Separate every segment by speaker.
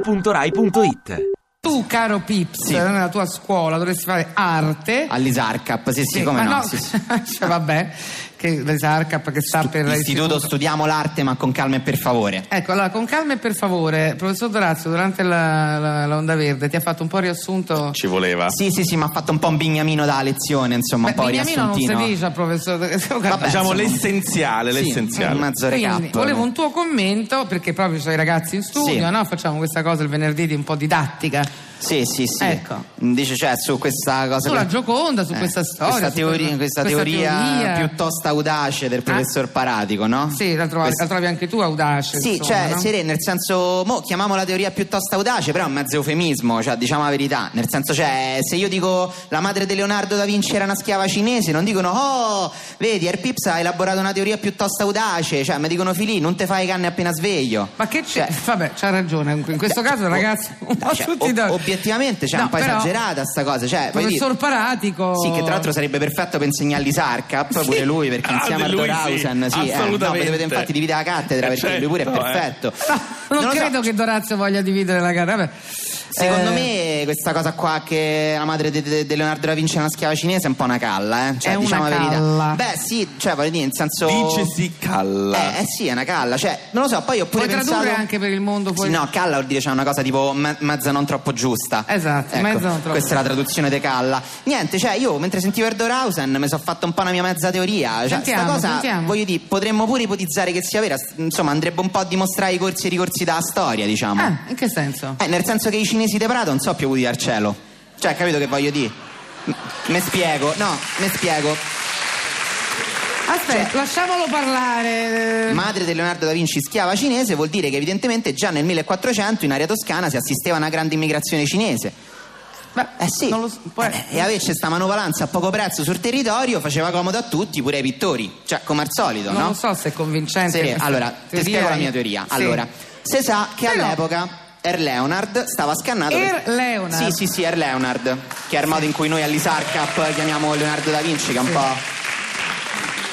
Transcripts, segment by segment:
Speaker 1: radio2pod.rai.it
Speaker 2: Tu, caro Pips, eh, nella tua scuola dovresti fare arte.
Speaker 3: All'ISARCAP, Ah, sì, sì,
Speaker 2: Sì,
Speaker 3: come
Speaker 2: ma
Speaker 3: no. sì, sì.
Speaker 2: cioè, vabbè, che l'ESARCAP che sta per
Speaker 3: Istituto Studiamo l'arte, ma con calma e per favore.
Speaker 2: Ecco, allora con calma e per favore, professor Dorazio, durante la, la- la Onda Verde ti ha fatto un po' riassunto.
Speaker 4: Ci voleva.
Speaker 3: Sì, sì, sì, ma ha fatto un po' un bignamino da lezione,
Speaker 2: Beh,
Speaker 3: insomma, un po'
Speaker 2: Beniamino non si
Speaker 3: riassuntino.
Speaker 2: dice al professor.
Speaker 3: Vabbè,
Speaker 4: diciamo
Speaker 3: insomma.
Speaker 4: l'essenziale,
Speaker 3: Sì,
Speaker 4: l'essenziale.
Speaker 3: un mezzo
Speaker 2: Quindi
Speaker 3: recap.
Speaker 2: volevo un tuo commento perché proprio ci sono i ragazzi in studio,
Speaker 3: eh. Sì.
Speaker 2: no? facciamo questa cosa il venerdì di un po' didattica
Speaker 3: Sì, sì, sì.
Speaker 2: Ecco.
Speaker 3: Dice, cioè, su questa cosa...
Speaker 2: sulla
Speaker 3: che-
Speaker 2: Gioconda, su
Speaker 3: Eh,
Speaker 2: questa storia,
Speaker 3: Questa
Speaker 2: su
Speaker 3: teoria,
Speaker 2: quella-
Speaker 3: questa
Speaker 2: questa
Speaker 3: teoria
Speaker 2: teoria. Ah.
Speaker 3: piuttosto audace del professor Paratico, no?
Speaker 2: Sì, la trovi,
Speaker 3: Questa-
Speaker 2: la trovi anche tu audace.
Speaker 3: Sì,
Speaker 2: insomma,
Speaker 3: cioè,
Speaker 2: no?
Speaker 3: Sere, nel senso, mo, chiamiamola teoria piuttosto audace, però è un mezzo eufemismo, cioè, diciamo la verità. Nel senso, cioè, se io dico la madre di Leonardo da Vinci era una schiava cinese, non dicono, oh, vedi, Erpips ha elaborato una teoria piuttosto audace, cioè, mi dicono, Filì, non te fai canne appena sveglio.
Speaker 2: Ma che c'è?
Speaker 3: Cioè-
Speaker 2: Vabbè, c'ha ragione. In questo
Speaker 3: Cioè,
Speaker 2: caso,
Speaker 3: o-
Speaker 2: ragazzi, un po'
Speaker 3: cioè,
Speaker 2: tutti
Speaker 3: ob-
Speaker 2: da-
Speaker 3: obiettivamente, cioè,
Speaker 2: No,
Speaker 3: un po'
Speaker 2: però,
Speaker 3: esagerata sta cosa, cioè, voglio dire-
Speaker 2: Professor Paratico.
Speaker 3: Sì, che tra l'altro sarebbe perfetto per insegnargli Sarkap, pure lui, perché
Speaker 4: Ah,
Speaker 3: insieme a
Speaker 4: lui sì,
Speaker 3: Dorausen, sì, eh, no,
Speaker 4: assolutamente.
Speaker 3: dovete infatti dividere la cattedra
Speaker 4: Eh,
Speaker 3: perché lui pure è
Speaker 4: certo, eh.
Speaker 3: perfetto.
Speaker 2: Non,
Speaker 3: lo so,
Speaker 2: credo che Dorazio voglia dividere la gara. Vabbè.
Speaker 3: Secondo
Speaker 2: Eh,
Speaker 3: me questa cosa qua che la madre di di- di Leonardo da Vinci è una schiava cinese è un po' una calla, eh? Cioè,
Speaker 2: È una
Speaker 3: diciamo la verità.
Speaker 2: calla.
Speaker 3: Beh, sì, cioè, voglio dire, in senso
Speaker 4: Dice si calla.
Speaker 3: eh, eh sì, è una calla, cioè, non lo so, poi ho pure
Speaker 2: puoi tradurre
Speaker 3: pensato
Speaker 2: anche per il mondo. Poi...
Speaker 3: Sì, no, calla vuol dire c'è una cosa tipo me- mezza non troppo giusta.
Speaker 2: Esatto,
Speaker 3: Ecco,
Speaker 2: mezza non troppo
Speaker 3: Questa è la traduzione di calla. Niente, cioè io mentre sentivo Erdorhausen mi sono fatta un po' una mia mezza teoria. Cioè,
Speaker 2: Sentiamo,
Speaker 3: sta cosa,
Speaker 2: sentiamo.
Speaker 3: voglio dire, potremmo pure ipotizzare che sia vera. S- Insomma, andrebbe un po' a dimostrare i corsi e i ricorsi della storia, diciamo.
Speaker 2: Ah, in che senso?
Speaker 3: Eh, nel senso che i cinesi di Prato non so più di al cielo. Cioè, capito che voglio dire? M- Me spiego, no, me spiego. Cioè-
Speaker 2: Aspetta, lasciamolo parlare.
Speaker 3: Madre di Leonardo da Vinci schiava cinese vuol dire che evidentemente già nel 1400 in area toscana si assisteva a una grande immigrazione cinese.
Speaker 2: Beh,
Speaker 3: Eh sì,
Speaker 2: non lo so, poi-
Speaker 3: Eh, e averci sta manovalanza a poco prezzo sul territorio faceva comodo a tutti, pure ai pittori, cioè come al solito,
Speaker 2: non
Speaker 3: no?
Speaker 2: lo so se è convincente.
Speaker 3: Sì,
Speaker 2: questa
Speaker 3: allora, ti
Speaker 2: teoria.
Speaker 3: spiego la mia teoria.
Speaker 2: Sì.
Speaker 3: Allora, se sa che
Speaker 2: Però-
Speaker 3: all'epoca Er Leonard stava scannando...
Speaker 2: Er
Speaker 3: per-
Speaker 2: Leonard?
Speaker 3: Sì, sì, sì, Er Leonard, che è il modo in cui noi all'ISARCAP chiamiamo Leonardo da Vinci, che è un
Speaker 2: Sì.
Speaker 3: po'...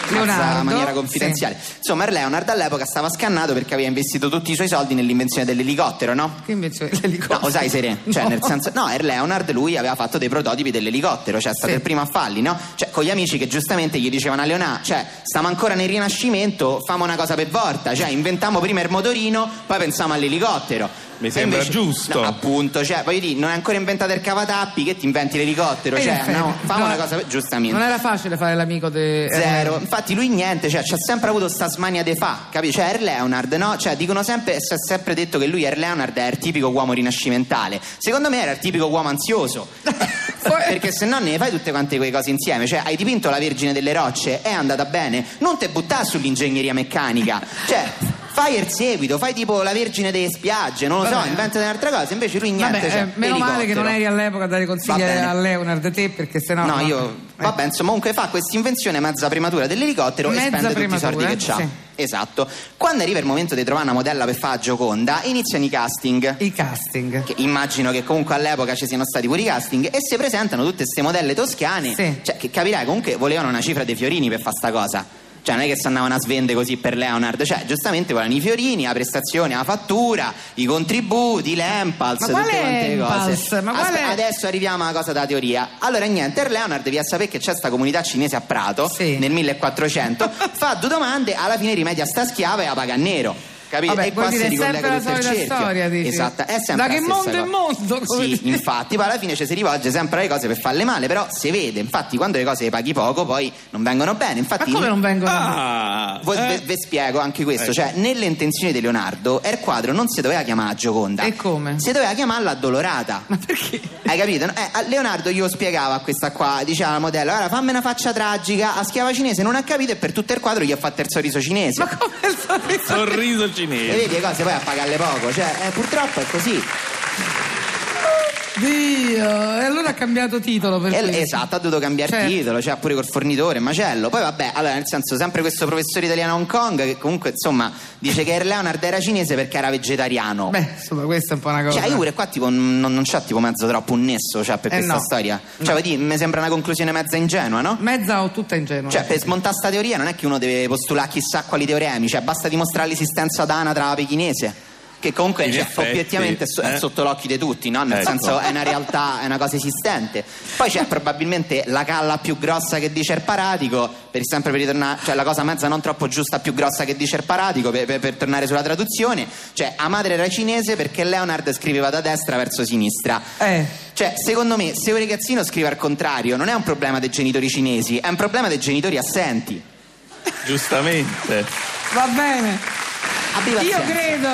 Speaker 2: Leonardo,
Speaker 3: in maniera confidenziale. Insomma, Er Leonard all'epoca stava scannato perché aveva investito tutti i suoi soldi nell'invenzione dell'elicottero, no?
Speaker 2: Che invece
Speaker 3: No,
Speaker 2: l'elicottero.
Speaker 3: lo sai Serè, cioè
Speaker 2: No.
Speaker 3: nel senso, no, Er Leonard lui aveva fatto dei prototipi dell'elicottero, cioè è stato
Speaker 2: Sì.
Speaker 3: il primo a falli, no? Cioè con gli amici che giustamente gli dicevano a Leonà, cioè stiamo ancora nel rinascimento, famo una cosa per volta, cioè inventiamo prima il motorino, poi pensiamo all'elicottero.
Speaker 4: Mi
Speaker 3: E
Speaker 4: sembra
Speaker 3: invece-
Speaker 4: giusto.
Speaker 3: no, appunto, cioè voglio dire, non è ancora inventato il cavatappi, che ti inventi l'elicottero,
Speaker 2: E Eh, in
Speaker 3: cioè
Speaker 2: effetti,
Speaker 3: no, famo
Speaker 2: no,
Speaker 3: una cosa per... giustamente.
Speaker 2: Non era facile fare l'amico de...
Speaker 3: Zero. Infatti lui niente, cioè, c'ha sempre avuto sta smania de fa, capisci? Cioè, Er Leonard, no? Cioè, dicono sempre, si è sempre detto che lui, Er Leonard, era il tipico uomo rinascimentale. Secondo me era il tipico uomo ansioso.
Speaker 2: Poi-
Speaker 3: Perché se no ne fai tutte quante quelle cose insieme. Cioè, hai dipinto la Vergine delle Rocce, è andata bene. Non te buttare sull'ingegneria meccanica. Cioè... Fai il seguito, fai tipo la Vergine delle spiagge, non lo
Speaker 2: Vabbè.
Speaker 3: so, inventa un'altra cosa, invece lui niente.
Speaker 2: Vabbè,
Speaker 3: cioè,
Speaker 2: eh, meno male che non
Speaker 3: elicottero.
Speaker 2: eri all'epoca a dare consigli
Speaker 3: Va bene.
Speaker 2: a Leonard te perché sennò Eh,
Speaker 3: No, io. Vabbè, insomma, comunque fa questa invenzione mezza prematura dell'elicottero
Speaker 2: Mezza
Speaker 3: e spende tutti i soldi
Speaker 2: prematura,
Speaker 3: che c'ha.
Speaker 2: sì.
Speaker 3: Esatto. Quando arriva il momento di trovare una modella per fare la Gioconda, iniziano i casting.
Speaker 2: il casting.
Speaker 3: Che immagino che comunque all'epoca ci siano stati pure i casting e si presentano tutte queste modelle toscane.
Speaker 2: Sì.
Speaker 3: Cioè, che capirai, comunque volevano una cifra dei fiorini per fare sta cosa. Cioè, non è che si andavano a svende così per Leonard, cioè, giustamente volevano i fiorini, la prestazione, la fattura, i contributi, l'Empals,
Speaker 2: Ma quale
Speaker 3: tutte quante le cose.
Speaker 2: Empals? Ma quale-
Speaker 3: adesso arriviamo alla cosa da teoria. Allora, niente, Er Leonard vi ha sapere che c'è sta comunità cinese a Prato
Speaker 2: Sì.
Speaker 3: nel 1400, fa due domande, alla fine rimedia sta schiava e la paga a nero. Capito?
Speaker 2: Vabbè,
Speaker 3: e
Speaker 2: vuol
Speaker 3: qua
Speaker 2: dire,
Speaker 3: si
Speaker 2: è
Speaker 3: ricollega
Speaker 2: sempre la
Speaker 3: tutto il
Speaker 2: solita
Speaker 3: cerchio.
Speaker 2: storia, dici?
Speaker 3: Esatto, è
Speaker 2: Da
Speaker 3: sempre la
Speaker 2: che
Speaker 3: stessa
Speaker 2: mondo è
Speaker 3: cosa.
Speaker 2: mondo, come
Speaker 3: Sì,
Speaker 2: dire.
Speaker 3: infatti, poi alla fine ci si rivolge sempre alle cose per farle male, però si vede, infatti quando le cose le paghi poco poi non vengono bene,
Speaker 2: Ma
Speaker 3: infatti...
Speaker 2: come non vengono? Eh.
Speaker 4: Ah,
Speaker 3: Voi-
Speaker 4: eh,
Speaker 3: ve, ve spiego anche questo,
Speaker 4: Ecco.
Speaker 3: cioè nelle intenzioni di Leonardo Er Quadro non si doveva chiamare Gioconda.
Speaker 2: E come?
Speaker 3: Si doveva chiamarla Addolorata. Ma perché? Hai capito? no? Eh, a Leonardo glielo spiegava a questa qua, diceva alla modella, guarda fammi una faccia tragica, a schiava cinese non ha capito e per tutto il quadro gli ha fatto il sorriso cinese.
Speaker 2: Ma come il sorriso?
Speaker 4: Sorriso
Speaker 3: E
Speaker 4: cinese.
Speaker 3: vedi le cose poi a pagarle poco, cioè eh, purtroppo è così.
Speaker 2: Dio, e allora ha cambiato titolo per
Speaker 3: Eh,
Speaker 2: questo.
Speaker 3: esatto, ha dovuto cambiare
Speaker 2: Certo.
Speaker 3: titolo, cioè pure col fornitore, macello. Poi vabbè, allora nel senso sempre questo professore italiano a Hong Kong che comunque insomma dice che Er Leonard era cinese perché era vegetariano.
Speaker 2: Beh, insomma, questa è un po' una cosa.
Speaker 3: Cioè, io pure qua tipo non, non c'è tipo mezzo troppo un nesso cioè, per
Speaker 2: Eh,
Speaker 3: questa
Speaker 2: no.
Speaker 3: storia. Cioè, vedi, mi sembra una conclusione mezza ingenua, no?
Speaker 2: Mezza o tutta ingenua.
Speaker 3: Cioè, per smontare sta teoria non è che uno deve postulare chissà quali teoremi, cioè basta dimostrare l'esistenza d'anatra pechinese. Che comunque
Speaker 4: In
Speaker 3: cioè,
Speaker 4: effetti,
Speaker 3: obiettivamente è so- è
Speaker 4: eh.
Speaker 3: sotto l'occhio di tutti, no? nel
Speaker 4: Ecco.
Speaker 3: senso è una realtà, è una cosa esistente. Poi c'è probabilmente la calla più grossa che dice il paratico, per sempre per ritornare, cioè la cosa mezza non troppo giusta più grossa che dice il paratico, per, per- per tornare sulla traduzione, cioè a madre era cinese perché Leonard scriveva da destra verso sinistra.
Speaker 2: Eh.
Speaker 3: Cioè, secondo me, se un ragazzino scrive al contrario, non è un problema dei genitori cinesi, è un problema dei genitori assenti.
Speaker 4: giustamente.
Speaker 2: Va bene.
Speaker 3: Abbi
Speaker 2: Io
Speaker 3: pazienza.
Speaker 2: credo,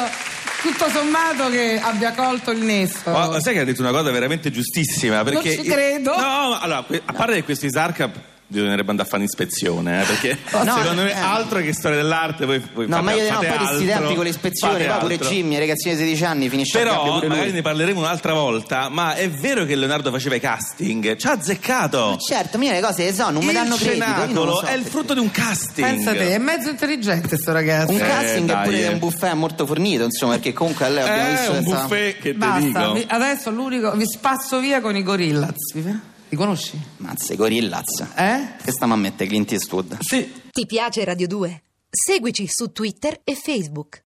Speaker 2: tutto sommato, che abbia colto il nesso.
Speaker 4: Ma,
Speaker 3: Oh,
Speaker 4: ma sai che ha detto una cosa veramente giustissima? Perché
Speaker 2: Non ci credo.
Speaker 4: No, ma allora, que- a parte che questi Zarca bisognerebbe andare a fare un'ispezione, eh, perché
Speaker 3: No,
Speaker 4: secondo me
Speaker 3: eh.
Speaker 4: altro che storia dell'arte, voi, voi
Speaker 3: No,
Speaker 4: fate,
Speaker 3: ma io no,
Speaker 4: fate
Speaker 3: poi questi
Speaker 4: altro,
Speaker 3: tempi con le ispezioni,
Speaker 4: fate
Speaker 3: poi pure
Speaker 4: altro.
Speaker 3: Jimmy, ragazzino di 16 anni, finisce a gabbia
Speaker 4: Però
Speaker 3: pure lui.
Speaker 4: magari ne parleremo un'altra volta, ma è vero che Leonardo faceva i casting, ci ha azzeccato.
Speaker 3: Certo, mia le cose le so, non mi
Speaker 4: il
Speaker 3: danno credito. io non lo
Speaker 4: cenacolo
Speaker 3: so
Speaker 4: è il
Speaker 3: perché.
Speaker 4: frutto di un casting.
Speaker 2: Pensa te, è mezzo intelligente sto ragazzo.
Speaker 3: Un
Speaker 4: Eh,
Speaker 3: casting
Speaker 4: dai,
Speaker 3: eppure
Speaker 4: eh.
Speaker 3: di un buffet molto fornito, insomma, perché comunque a lei abbiamo
Speaker 4: È
Speaker 3: visto che
Speaker 4: Eh, un
Speaker 3: stava-
Speaker 4: buffet che ti
Speaker 2: Basta,
Speaker 4: dico.
Speaker 2: vi- adesso l'unico. Vi spazzo via con i gorillaz. vi- Li conosci?
Speaker 3: Mazza, i gorillaz.
Speaker 2: Eh?
Speaker 3: Che stiamo a mettere Clint Eastwood?
Speaker 4: Sì.
Speaker 1: Ti piace Radio 2? Seguici su Twitter e Facebook.